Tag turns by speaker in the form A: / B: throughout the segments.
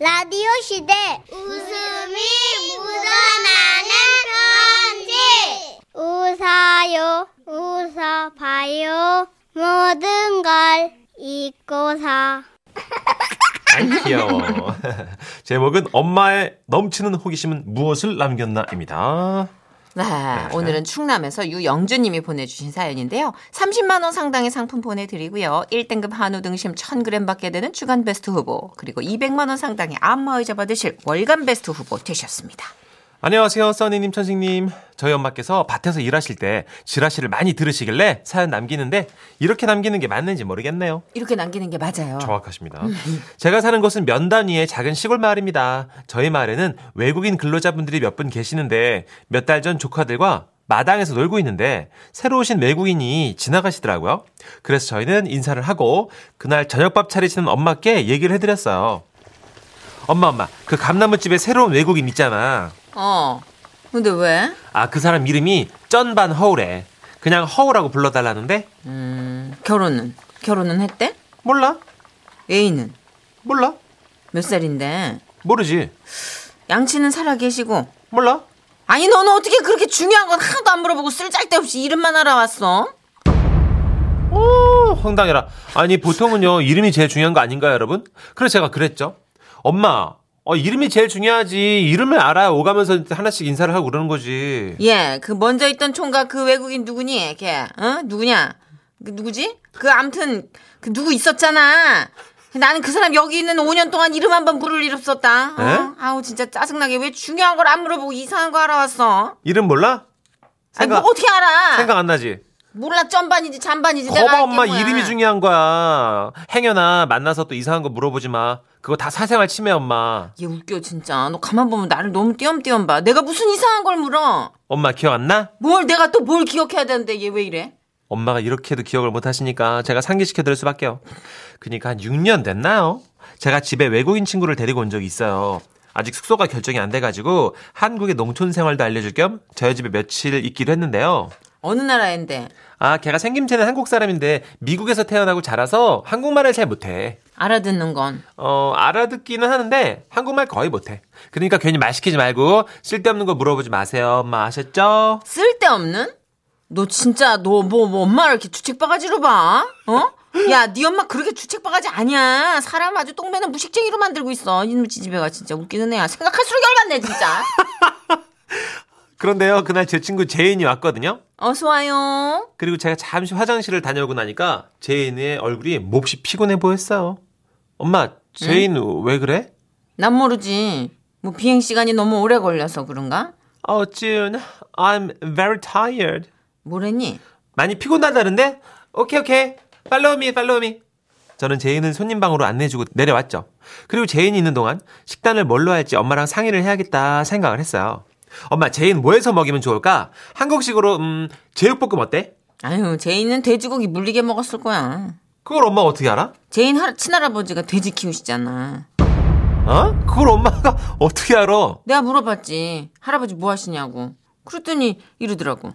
A: 라디오 시대 웃음이 묻어나는 편지 웃어요 웃어봐요 모든 걸 잊고서
B: 아이, 귀여워. 제목은 엄마의 넘치는 호기심은 무엇을 남겼나입니다.
C: 네, 오늘은 충남에서 유영주님이 보내주신 사연인데요. 30만 원 상당의 상품 보내드리고요. 1등급 한우 등심 1,000g 받게 되는 주간 베스트 후보 그리고 200만 원 상당의 안마의자 받으실 월간 베스트 후보 되셨습니다.
B: 안녕하세요, 써니님, 천식님. 저희 엄마께서 밭에서 일하실 때 지라시를 많이 들으시길래 사연 남기는데 이렇게 남기는 게 맞는지 모르겠네요.
C: 이렇게 남기는 게 맞아요.
B: 정확하십니다. 제가 사는 곳은 면단 위의 작은 시골 마을입니다. 저희 마을에는 외국인 근로자분들이 몇 분 계시는데 몇 달 전 조카들과 마당에서 놀고 있는데 새로 오신 외국인이 지나가시더라고요. 그래서 저희는 인사를 하고 그날 저녁밥 차리시는 엄마께 얘기를 해드렸어요. 엄마 엄마 그 감나무집에 새로운 외국인 있잖아.
C: 어. 근데 왜?
B: 아 그 사람 이름이 쩐반 허울에 그냥 허우라고 불러달라는데
C: 음, 결혼은? 결혼은 했대?
B: 몰라
C: 애인은?
B: 몰라
C: 몇 살인데?
B: 모르지
C: 양치는 살아계시고?
B: 몰라
C: 아니 너는 어떻게 그렇게 중요한 건 하나도 안 물어보고 쓸데없이 이름만 알아왔어?
B: 어, 황당해라. 아니, 보통은요, 이름이 제일 중요한 거 아닌가요, 여러분? 그래서 제가 그랬죠. 엄마, 어, 이름이 제일 중요하지. 이름을 알아야 오가면서 하나씩 인사를 하고 그러는 거지.
C: 예, 그 먼저 있던 총각 그 외국인 누구니? 걔, 어? 누구냐? 그 누구지? 그 암튼 그 누구 있었잖아. 나는 그 사람 여기 있는 5년 동안 이름 한 번 부를 일 없었다. 어?
B: 에?
C: 아우 진짜 짜증나게 왜 중요한 걸 안 물어보고 이상한 거 알아왔어?
B: 이름 몰라?
C: 아니 뭐 어떻게 알아?
B: 생각 안 나지?
C: 몰라 쩐반인지 잔반인지 내가
B: 거봐,
C: 알게
B: 엄마,
C: 뭐야.
B: 이름이 중요한 거야. 행여나 만나서 또 이상한 거 물어보지 마. 그거 다 사생활 침해, 엄마.
C: 얘 웃겨 진짜. 너 가만 보면 나를 너무 띄엄띄엄 봐. 내가 무슨 이상한 걸 물어?
B: 엄마, 기억 안 나?
C: 뭘 내가 또 뭘 기억해야 되는데 얘 왜 이래?
B: 엄마가 이렇게도 기억을 못 하시니까 제가 상기시켜드릴 수밖에요. 그니까 한 6년 됐나요? 제가 집에 외국인 친구를 데리고 온 적이 있어요. 아직 숙소가 결정이 안 돼가지고 한국의 농촌 생활도 알려줄 겸 저희 집에 며칠 있기로 했는데요.
C: 어느 나라인데?
B: 아, 걔가 생김새는 한국 사람인데 미국에서 태어나고 자라서 한국말을 잘 못해.
C: 알아듣는 건
B: 어, 알아듣기는 하는데 한국말 거의 못해. 그러니까 괜히 말 시키지 말고 쓸데없는 거 물어보지 마세요. 엄마 아셨죠?
C: 쓸데없는? 너 진짜 너 뭐 뭐 엄마를 이렇게 주책 바가지로 봐? 어? 야, 네 엄마 그렇게 주책 바가지 아니야. 사람 아주 똥배는 무식쟁이로 만들고 있어. 이놈 지지배가 진짜 웃기는 애야. 생각할수록 열받네 진짜.
B: 그런데요, 그날 제 친구 제인이 왔거든요.
C: 어서 와요.
B: 그리고 제가 잠시 화장실을 다녀오고 나니까 제인의 얼굴이 몹시 피곤해 보였어요. 엄마, 제인 왜 그래?
C: 난 모르지. 뭐 비행 시간이 너무 오래 걸려서 그런가?
B: Oh, June, I'm very tired.
C: 뭐랬니?
B: 많이 피곤하다는데? 오케이, 오케이. 팔로우 미, 팔로우 미. 저는 제인을 손님 방으로 안내해주고 내려왔죠. 그리고 제인이 있는 동안 식단을 뭘로 할지 엄마랑 상의를 해야겠다 생각을 했어요. 엄마, 제인 뭐 해서 먹이면 좋을까? 한국식으로, 음, 제육볶음 어때?
C: 아유, 제인은 돼지고기 물리게 먹었을 거야.
B: 그걸 엄마 어떻게 알아?
C: 제인 할- 친할아버지가 돼지 키우시잖아.
B: 어? 그걸 엄마가 어떻게 알아?
C: 내가 물어봤지. 할아버지 뭐 하시냐고. 그랬더니 이러더라고.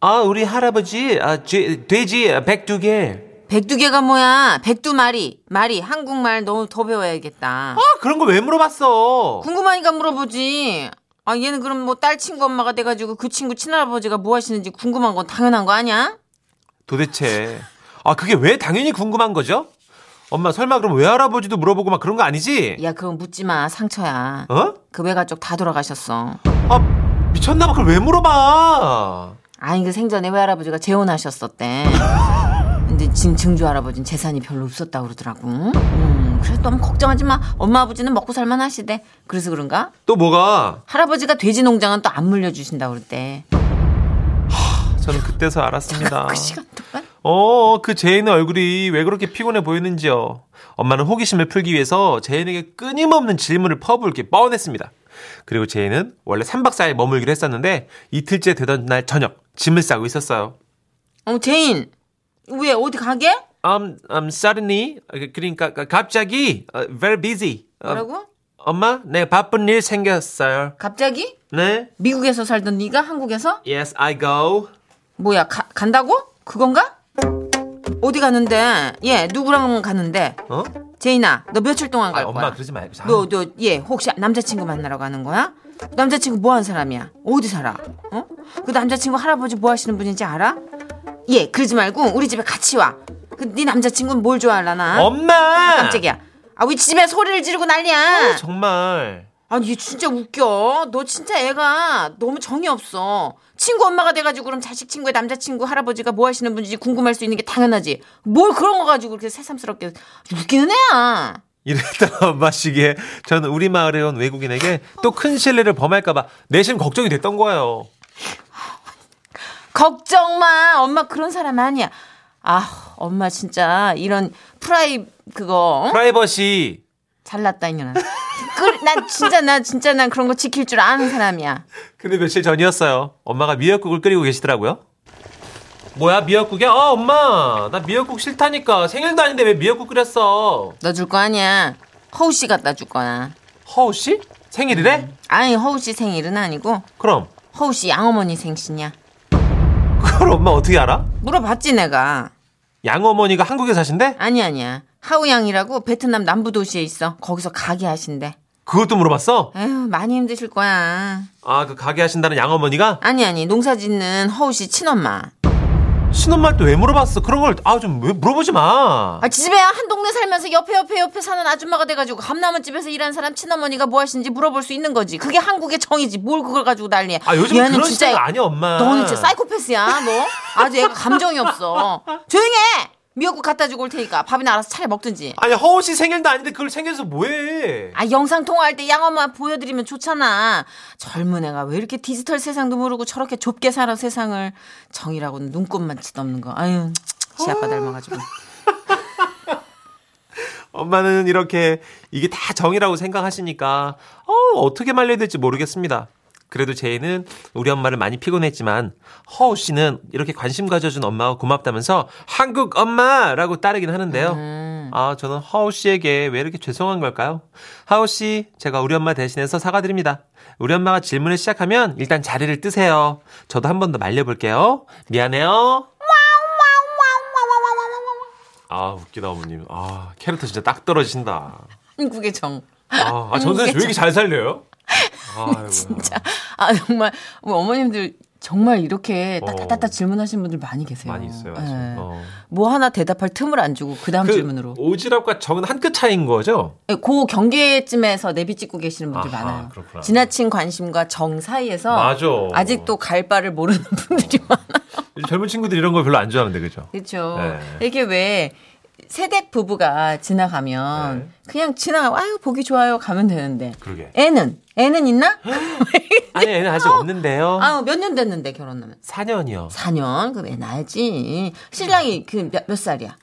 B: 아, 우리 할아버지, 아, 쥐, 돼지 102개.
C: 백두개가 뭐야? 백두마리. 마리. 한국말 너무 더 배워야겠다.
B: 아, 그런 거 왜 물어봤어?
C: 궁금하니까 물어보지. 아, 얘는 그럼 뭐 딸 친구 엄마가 돼가지고 그 친구 친할아버지가 뭐 하시는지 궁금한 건 당연한 거 아니야?
B: 도대체. 아, 그게 왜 당연히 궁금한 거죠? 엄마, 설마 그럼 외할아버지도 물어보고 막 그런 거 아니지?
C: 야, 그건 묻지 마. 상처야.
B: 네. 어?
C: 그 외가족 다 돌아가셨어.
B: 아, 미쳤나봐. 그걸 왜 물어봐?
C: 아니, 그 생전에 외할아버지가 재혼하셨었대. 근데 지금 증조 할아버지는 재산이 별로 없었다고 그러더라고. 음, 그래서 너무 걱정하지 마. 엄마 아버지는 먹고 살만 하시대. 그래서 그런가?
B: 또 뭐가?
C: 할아버지가 돼지 농장은 또 안 물려주신다고 그랬대.
B: 저는 그때서 알았습니다.
C: 그 시간 동안?
B: 어, 그 제인의 얼굴이 왜 그렇게 피곤해 보이는지요. 엄마는 호기심을 풀기 위해서 제인에게 끊임없는 질문을 퍼부을게 뻔했습니다. 그리고 제인은 원래 3박 4일 머물기로 했었는데 이틀째 되던 날 저녁 짐을 싸고 있었어요.
C: 어, 제인. 왜, 어디 가게?
B: Um, um, suddenly, 그러니까 갑자기 uh, very busy. Um,
C: 뭐라고?
B: 엄마, 네 바쁜 일 생겼어요.
C: 갑자기?
B: 네,
C: 미국에서 살던 네가 한국에서?
B: yes, I go.
C: 뭐야, 가- 간다고? 그건가? 어디 가는데? 예, 누구랑 가는데?
B: 어?
C: 제인아, 너 며칠 동안 갈
B: 아, 엄마
C: 거야?
B: 그러지 말고. 자,
C: 너, 너, 예, 혹시 남자친구 만나러 가는 거야? 남자친구 뭐 하는 사람이야? 어디 살아? 어? 그 남자친구 할아버지 뭐 하시는 분인지 알아? 예, 그러지 말고 우리 집에 같이 와. 그 네 남자친구는 뭘 좋아하려나?
B: 엄마!
C: 깜짝이야. 아, 우리 집에 소리를 지르고 난리야.
B: 정말.
C: 아니, 얘 진짜 웃겨. 너 진짜 애가 너무 정이 없어. 친구 엄마가 돼가지고 그럼 자식 친구의 남자친구 할아버지가 뭐 하시는 분인지 궁금할 수 있는 게 당연하지. 뭘 그런 거 가지고 그렇게 새삼스럽게 웃기는 애야.
B: 이랬던 엄마시기에 저는 우리 마을에 온 외국인에게 또 큰 실례를 범할까봐 내심 걱정이 됐던 거예요.
C: 걱정 마. 엄마 그런 사람 아니야. 아, 엄마 진짜 이런 프라이 그거 어?
B: 프라이버시.
C: 잘났다 이년아. 그, 난 진짜 나 진짜 난 그런 거 지킬 줄 아는 사람이야.
B: 근데 며칠 전이었어요. 엄마가 미역국을 끓이고 계시더라고요. 뭐야 미역국이야? 아 엄마 나 미역국 싫다니까 생일도 아닌데 왜 미역국 끓였어?
C: 너 줄 거 아니야. 허우 씨 갖다 줄 거야.
B: 허우 씨 생일이래?
C: 아니 허우 씨 생일은 아니고
B: 그럼
C: 허우 씨 양어머니 생신이야.
B: 그걸 엄마 어떻게 알아?
C: 물어봤지 내가.
B: 양어머니가 한국에 사신대?
C: 아니 아니야. 하우양이라고 베트남 남부 도시에 있어. 거기서 가게 하신대.
B: 그것도 물어봤어?
C: 에휴 많이 힘드실 거야.
B: 아 그 가게 하신다는 양어머니가
C: 아니 아니 농사짓는 허우 씨 친엄마.
B: 신혼말 때 왜 물어봤어? 그런 걸 아 좀 왜 물어보지 마.
C: 아, 집에 한 동네 살면서 옆에 옆에 옆에 사는 아줌마가 돼가지고 감나무 집에서 일하는 사람 친어머니가 뭐 하시는지 물어볼 수 있는 거지. 그게 한국의 정이지. 뭘 그걸 가지고 난리야.
B: 아 요즘
C: 얘는
B: 그런
C: 진짜
B: 시대가 아니야 엄마.
C: 너는 진짜 사이코패스야. 뭐 아주 애가 감정이 없어. 조용해. 미역국 갖다 주고 올 테니까 밥이나 알아서 차려 먹든지.
B: 아니 허우 씨 생일도 아닌데 그걸 챙겨서 뭐해?
C: 아 영상 통화할 때 양엄마 보여드리면 좋잖아. 젊은 애가 왜 이렇게 디지털 세상도 모르고 저렇게 좁게 살아 세상을 정이라고는 눈꼽만 치없는 거. 아유 지
B: 어.
C: 아빠 닮아가지고.
B: 엄마는 이렇게 이게 다 정이라고 생각하시니까 어, 어떻게 말려야 될지 모르겠습니다. 그래도 제이는 우리 엄마를 많이 피곤했지만 허우 씨는 이렇게 관심 가져준 엄마가 고맙다면서 한국 엄마라고 따르긴 하는데요. 아 저는 허우 씨에게 왜 이렇게 죄송한 걸까요? 허우 씨 제가 우리 엄마 대신해서 사과드립니다. 우리 엄마가 질문을 시작하면 일단 자리를 뜨세요. 저도 한 번 더 말려볼게요. 미안해요. 아 웃기다 어머님. 아 캐릭터 진짜 딱 떨어지신다.
C: 한국의 정.
B: 아, 아 전선이 왜 이렇게 잘 살려요? 아이고.
C: 음, 진짜 아 정말 뭐 어머님들 정말 이렇게
B: 어.
C: 따따따 질문하시는 분들 많이 계세요.
B: 많이 있어요.
C: 예.
B: 아직. 어.
C: 뭐 하나 대답할 틈을 안 주고 그 다음
B: 그
C: 질문으로.
B: 오지랖과 정은 한 끗 차이인 거죠?
C: 예, 그 경계쯤에서 내비 찍고 계시는 분들
B: 아하,
C: 많아요.
B: 그렇구나.
C: 지나친 관심과 정 사이에서
B: 맞아.
C: 직도갈 바를 모르는 분들이 많아.
B: 요즘 젊은 친구들이 이런 걸 별로 안 좋아하는데 그죠?
C: 그렇죠.
B: 네.
C: 이게 왜 세댁 부부가 지나가면
B: 네.
C: 그냥 지나가 아유 보기 좋아요 가면 되는데
B: 그러게.
C: 애는 애는 있나?
B: 아니, 애는 아직 없는데요.
C: 어. 아몇 년 됐는데 결혼하면
B: 4년이요.
C: 4년 그럼 애 낳지 신랑이 그 몇 살이야?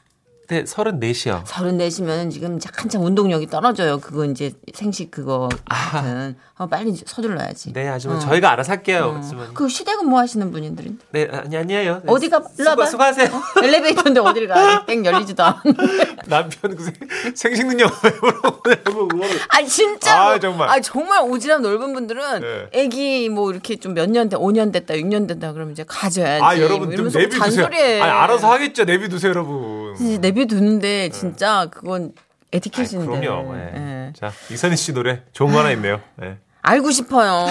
B: 근데 34시요.
C: 34시면 지금 이제 한참 운동력이 떨어져요. 그거 이제 생식 그거 같은 어, 빨리 이제 서둘러야지.
B: 아. 네, 아줌마 저희가 알아서 할게요. 아줌마.
C: 그 시댁은 뭐 하시는 분인들인데?
B: 네, 아니 아니에요. 네,
C: 어디가 일로
B: 수고,
C: 와봐.
B: 수고하세요.
C: 어? 엘리베이터인데 어딜 가? 땡 열리지도 않는데.
B: 남편 그 생- 생식 능력 왜 물어보냐고 의원을.
C: 아 진짜.
B: 아, 정말.
C: 아 정말 오지랖 넓은 분들은
B: 네.
C: 애기 뭐 이렇게 좀 몇 년 돼, 5년 됐다, 6년 됐다 그러면 이제 가져야지.
B: 아, 여러분
C: 뭐
B: 좀
C: 이러면서
B: 내비 두세요.
C: 잔소리해.
B: 아니, 알아서 하겠죠. 내비 두세요, 여러분.
C: 이제 내비 두는데 진짜 그건 에티켓인데.
B: 아이, 그럼요. 예.
C: 예.
B: 자, 이선희 씨 노래 좋은 거 하나 있네요. 예.
C: 알고 싶어요.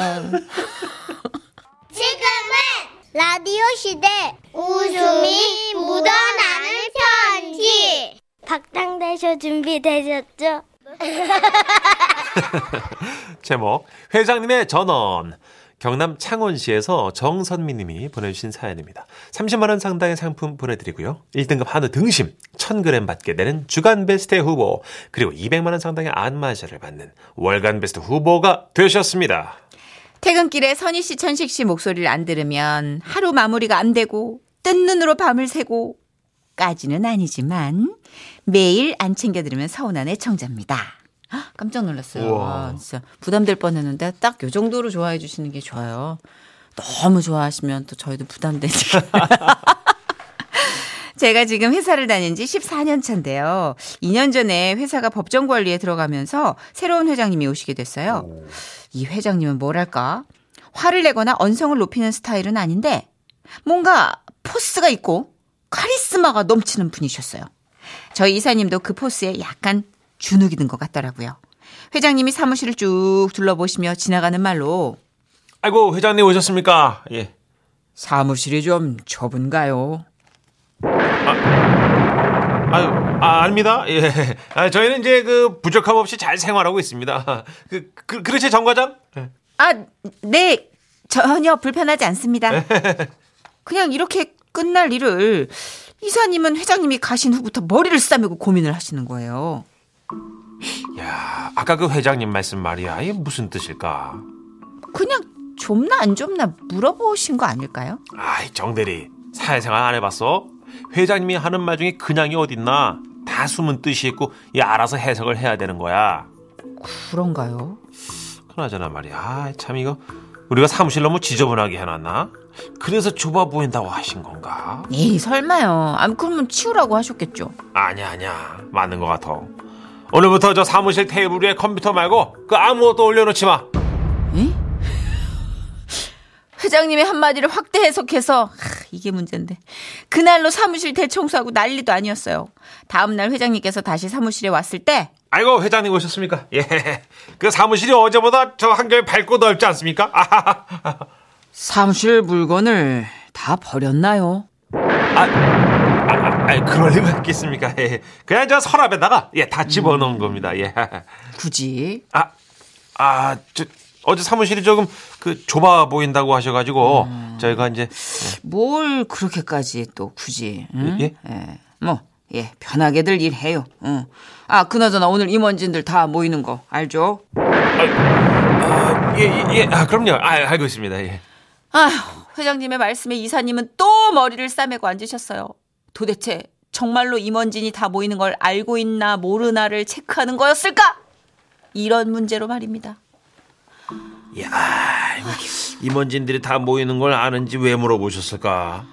A: 지금은 라디오 시대 웃음이 묻어나는 편지 박당대쇼 준비되셨죠?
B: 제목 회장님의 전원 경남 창원시에서 정선미 님이 보내주신 사연입니다. 30만 원 상당의 상품 보내드리고요. 1등급 한우 등심 1000g 받게 되는 주간베스트 후보 그리고 200만 원 상당의 안마자를 받는 월간베스트 후보가 되셨습니다.
D: 퇴근길에 선희 씨, 천식 씨 목소리를 안 들으면 하루 마무리가 안 되고 뜬 눈으로 밤을 새고 까지는 아니지만 매일 안 챙겨 들으면 서운한 애청자입니다. 헉, 깜짝 놀랐어요.
B: 우와.
D: 아, 진짜 부담될 뻔했는데 딱 요 정도로 좋아해 주시는 게 좋아요. 너무 좋아하시면 또 저희도 부담되니까. 제가 지금 회사를 다닌 지 14년 차인데요. 2년 전에 회사가 법정 관리에 들어가면서 새로운 회장님이 오시게 됐어요. 이 회장님은 뭐랄까? 화를 내거나 언성을 높이는 스타일은 아닌데 뭔가 포스가 있고 카리스마가 넘치는 분이셨어요. 저희 이사님도 그 포스에 약간 주눅이 든 것 같더라고요. 회장님이 사무실을 쭉 둘러보시며 지나가는 말로
B: 아이고 회장님 오셨습니까? 예.
D: 사무실이 좀 좁은가요?
B: 아유, 아, 아닙니다. 예. 아, 저희는 이제 그 부족함 없이 잘 생활하고 있습니다. 그, 그 그렇지 정 과장? 예.
D: 아, 네. 전혀 불편하지 않습니다. 그냥 이렇게 끝날 일을 이사님은 회장님이 가신 후부터 머리를 싸매고 고민을 하시는 거예요.
B: 야, 아까 그 회장님 말씀 말이야. 이게 무슨 뜻일까?
D: 그냥 좁나 안 좁나 물어보신 거 아닐까요?
B: 아이, 정대리. 사회생활 안 해봤어? 회장님이 하는 말 중에 그냥이 어딨나? 다 숨은 뜻이 있고, 이 알아서 해석을 해야 되는 거야.
D: 그런가요?
B: 그나저나 말이야. 아, 참 이거 우리가 사무실 너무 지저분하게 해놨나? 그래서 좁아 보인다고 하신 건가?
D: 네, 에이, 설마요. 아, 그러면 치우라고 하셨겠죠.
B: 아니야 아니야 맞는 것 같아. 오늘부터 저 사무실 테이블 위에 컴퓨터 말고 그 아무것도 올려놓지 마.
D: 회장님의 한마디를 확대 해석해서 하, 이게 문제인데 그날로 사무실 대청소하고 난리도 아니었어요. 다음날 회장님께서 다시 사무실에 왔을 때
B: 아이고 회장님 오셨습니까? 예. 그 사무실이 어제보다 저 한결 밝고 넓지 않습니까? 아하하.
D: 사무실 물건을 다 버렸나요?
B: 아, 아이, 그럴 리가 있겠습니까? 예. 그냥 저 서랍에다가 예, 다 집어넣은 겁니다. 예.
D: 굳이
B: 아, 아, 저, 어제 사무실이 조금 그 좁아 보인다고 하셔가지고 저희가 이제
D: 뭘 그렇게까지 또 굳이 응?
B: 예?
D: 뭐 예, 편하게들 일해요. 응. 아, 그나저나 오늘 임원진들 다 모이는 거 알죠?
B: 예, 예, 예. 아, 그럼요. 아, 알고 있습니다. 예.
D: 아, 회장님의 말씀에 이사님은 또 머리를 싸매고 앉으셨어요. 도대체 정말로 임원진이 다 모이는 걸 알고 있나 모르나를 체크하는 거였을까? 이런 문제로 말입니다.
B: 야, 이거 임원진들이 다 모이는 걸 아는지 왜 물어보셨을까?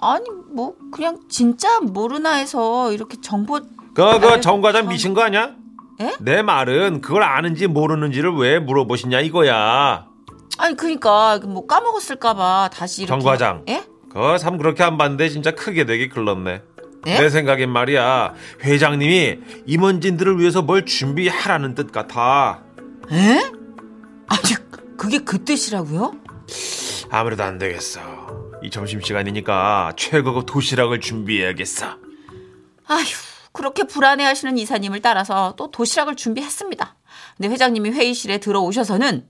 D: 아니, 뭐 그냥 진짜 모르나 해서 이렇게 정보
B: 그,
D: 아유,
B: 그, 정과장 미신 거 아니야?
D: 에?
B: 내 말은 그걸 아는지 모르는지를 왜 물어보시냐 이거야.
D: 아니 그러니까 뭐 까먹었을까 봐 다시 이렇게
B: 정 과장.
D: 예?
B: 그, 참 그렇게 안 봤는데 진짜 크게 되게 글렀네.
D: 에?
B: 내 생각엔 말이야. 회장님이 임원진들을 위해서 뭘 준비하라는 뜻 같아.
D: 에? 아니 그게 그 뜻이라고요?
B: 아무래도 안 되겠어. 이 점심시간이니까 최고급 도시락을 준비해야겠어.
D: 아휴, 그렇게 불안해하시는 이사님을 따라서 또 도시락을 준비했습니다. 근데 회장님이 회의실에 들어오셔서는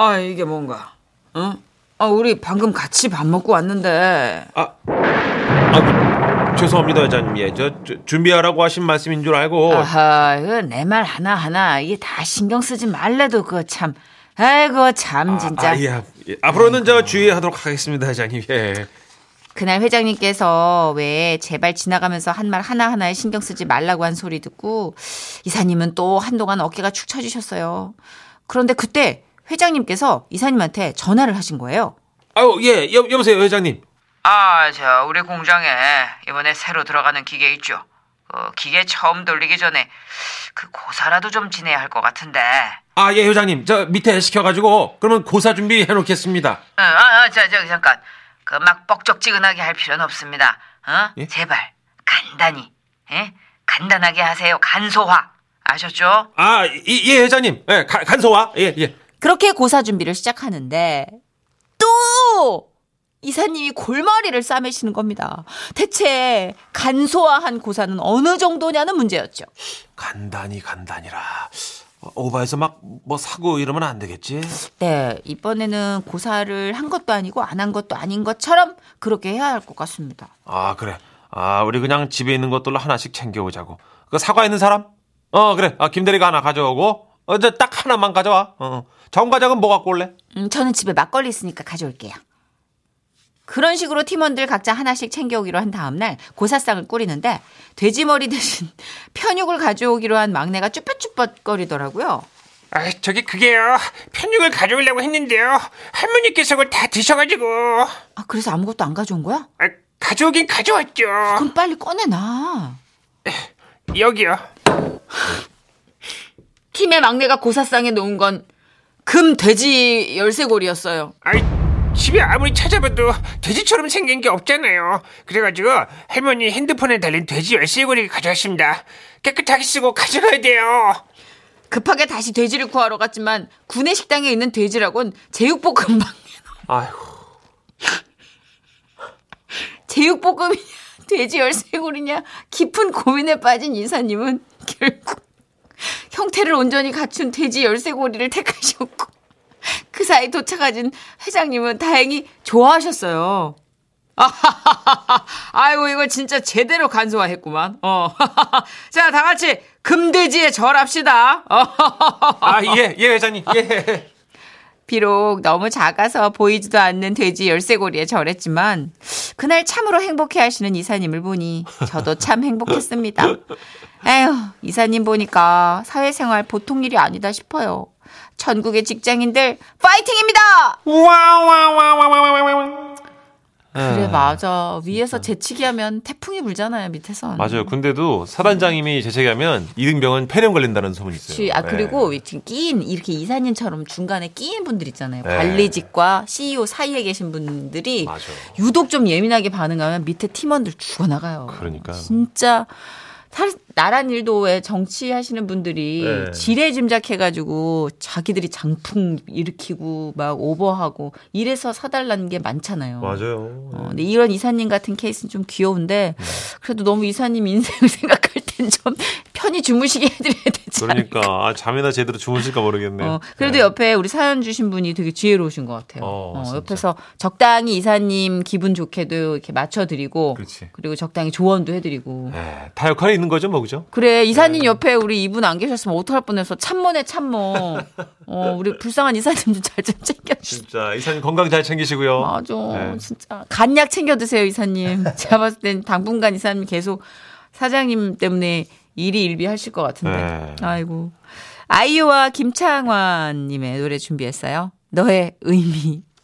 D: 아 이게 뭔가, 응? 아 우리 방금 같이 밥 먹고 왔는데
B: 아, 아 그, 죄송합니다 회장님. 예, 저, 저 준비하라고 하신 말씀인 줄 알고.
D: 아하 이거 내 말 하나 하나 이게 다 신경 쓰지 말래도 그거 참, 아이고 참
B: 아,
D: 진짜.
B: 아, 예, 예. 앞으로는 저 주의하도록 하겠습니다 회장님. 예.
D: 그날 회장님께서 왜 제발 지나가면서 한 말 하나하나에 신경 쓰지 말라고 한 소리 듣고 이사님은 또 한동안 어깨가 축 처지셨어요. 그런데 그때 회장님께서 이사님한테 전화를 하신 거예요.
B: 아유 예, 여, 여보세요 회장님.
E: 아, 저 우리 공장에 이번에 새로 들어가는 기계 있죠. 그 기계 처음 돌리기 전에 그 고사라도 좀 지내야 할 것 같은데.
B: 아 예 회장님, 저 밑에 시켜가지고 그러면 고사 준비해 놓겠습니다.
E: 응, 아, 아, 저, 저, 잠깐. 그 막 뻑적지근하게 할 필요는 없습니다. 어?
B: 예?
E: 제발 간단히, 예? 간단하게 하세요. 간소화 아셨죠?
B: 아 이- 예, 회장님, 예, 가- 간소화. 예 예.
D: 그렇게 고사 준비를 시작하는데 또 이사님이 골머리를 싸매시는 겁니다. 대체 간소화한 고사는 어느 정도냐는 문제였죠.
B: 간단히 간단히라. 어, 오바해서 막 뭐 사고 이러면 안 되겠지?
D: 네, 이번에는 고사를 한 것도 아니고 안 한 것도 아닌 것처럼 그렇게 해야 할 것 같습니다.
B: 아 그래. 아 우리 그냥 집에 있는 것들로 하나씩 챙겨오자고. 그 사과 있는 사람? 어 그래. 아 김대리가 하나 가져오고. 어저 딱 하나만 가져와. 어. 정 과장은 뭐 갖고 올래?
D: 음, 저는 집에 막걸리 있으니까 가져올게요. 그런 식으로 팀원들 각자 하나씩 챙겨오기로 한 다음날 고사상을 꾸리는데 돼지머리 대신 편육을 가져오기로 한 막내가 쭈뼛쭈뼛거리더라고요.
F: 아, 저기 그게요. 편육을 가져오려고 했는데요. 할머니께서 그걸 다 드셔가지고
D: 아, 그래서 아무것도 안 가져온 거야?
F: 아, 가져오긴 가져왔죠.
D: 그럼 빨리 꺼내놔.
F: 여기요.
D: 팀의 막내가 고사상에 놓은 건 금 돼지 열쇠고리였어요.
F: 아이, 집에 아무리 찾아봐도 돼지처럼 생긴 게 없잖아요. 그래가지고 할머니 핸드폰에 달린 돼지 열쇠고리를 가져왔습니다. 깨끗하게 쓰고 가져가야 돼요.
C: 급하게 다시 돼지를 구하러 갔지만 구내 식당에 있는 돼지라곤 제육볶음밥
B: 아이고.
C: 제육볶음이냐 돼지 열쇠고리냐 깊은 고민에 빠진 이사님은 결국 형태를 온전히 갖춘 돼지 열쇠고리를 택하셨고 그 사이 도착하신 회장님은 다행히 좋아하셨어요. 아하하하하. 아이고 이거 진짜 제대로 간소화했구만. 어. 자, 다 같이 금돼지에 절합시다. 어.
B: 아, 예, 예, 회장님. 예.
C: 비록 너무 작아서 보이지도 않는 돼지 열쇠고리에 절했지만 그날 참으로 행복해 하시는 이사님을 보니 저도 참 행복했습니다. 에휴, 이사님 보니까 사회생활 보통 일이 아니다 싶어요. 전국의 직장인들 파이팅입니다.
F: 와와와와와와와.
B: 네.
C: 그래 맞아. 위에서 재치기 하면 태풍이 불잖아요, 밑에서.
B: 맞아요. 근데도 사단장님이 재채기하면 이등병은 폐렴 걸린다는 소문이 있어요.
C: 그치. 아
B: 네.
C: 그리고 지금 끼인 이렇게 이사님처럼 중간에 끼인 분들 있잖아요.
B: 네.
C: 관리직과 CEO 사이에 계신 분들이
B: 맞아.
C: 유독 좀 예민하게 반응하면 밑에 팀원들 죽어나가요.
B: 네. 그러니까요.
C: 진짜 살- 나란 일도 왜 정치하시는 분들이
B: 네.
C: 지레 짐작해가지고 자기들이 장풍 일으키고 막 오버하고 이래서 사달라는 게 많잖아요.
B: 맞아요.
C: 어, 근데 이런 이사님 같은 케이스는 좀 귀여운데
B: 네.
C: 그래도 너무 이사님 인생을 생각할 땐 좀 편히 주무시게 해드려야 되지 않을까.
B: 그러니까 아, 잠이나 제대로 주무실까 모르겠네요.
C: 어, 그래도
B: 네.
C: 옆에 우리 사연 주신 분이 되게 지혜로우신 것 같아요.
B: 어,
C: 어,
B: 진짜.
C: 옆에서 적당히 이사님 기분 좋게도 이렇게 맞춰드리고
B: 그렇지.
C: 리고 적당히 조언도 해드리고.
B: 네, 다 역할이 있는 거죠, 뭐 그죠?
C: 그래 이사님 옆에 우리 이분 안 계셨으면 어떡할 뻔해서 참모네 참모. 어 우리 불쌍한 이사님 좀 잘 좀 챙겨주세요.
B: 진짜 이사님 건강 잘 챙기시고요.
C: 맞아
B: 네.
C: 진짜 간약 챙겨 드세요 이사님. 제가 봤을 땐 당분간 이사님 계속 사장님 때문에 일이 일비하실 것 같은데.
B: 네.
C: 아이고 아이유와 김창완님의 노래 준비했어요. 너의 의미.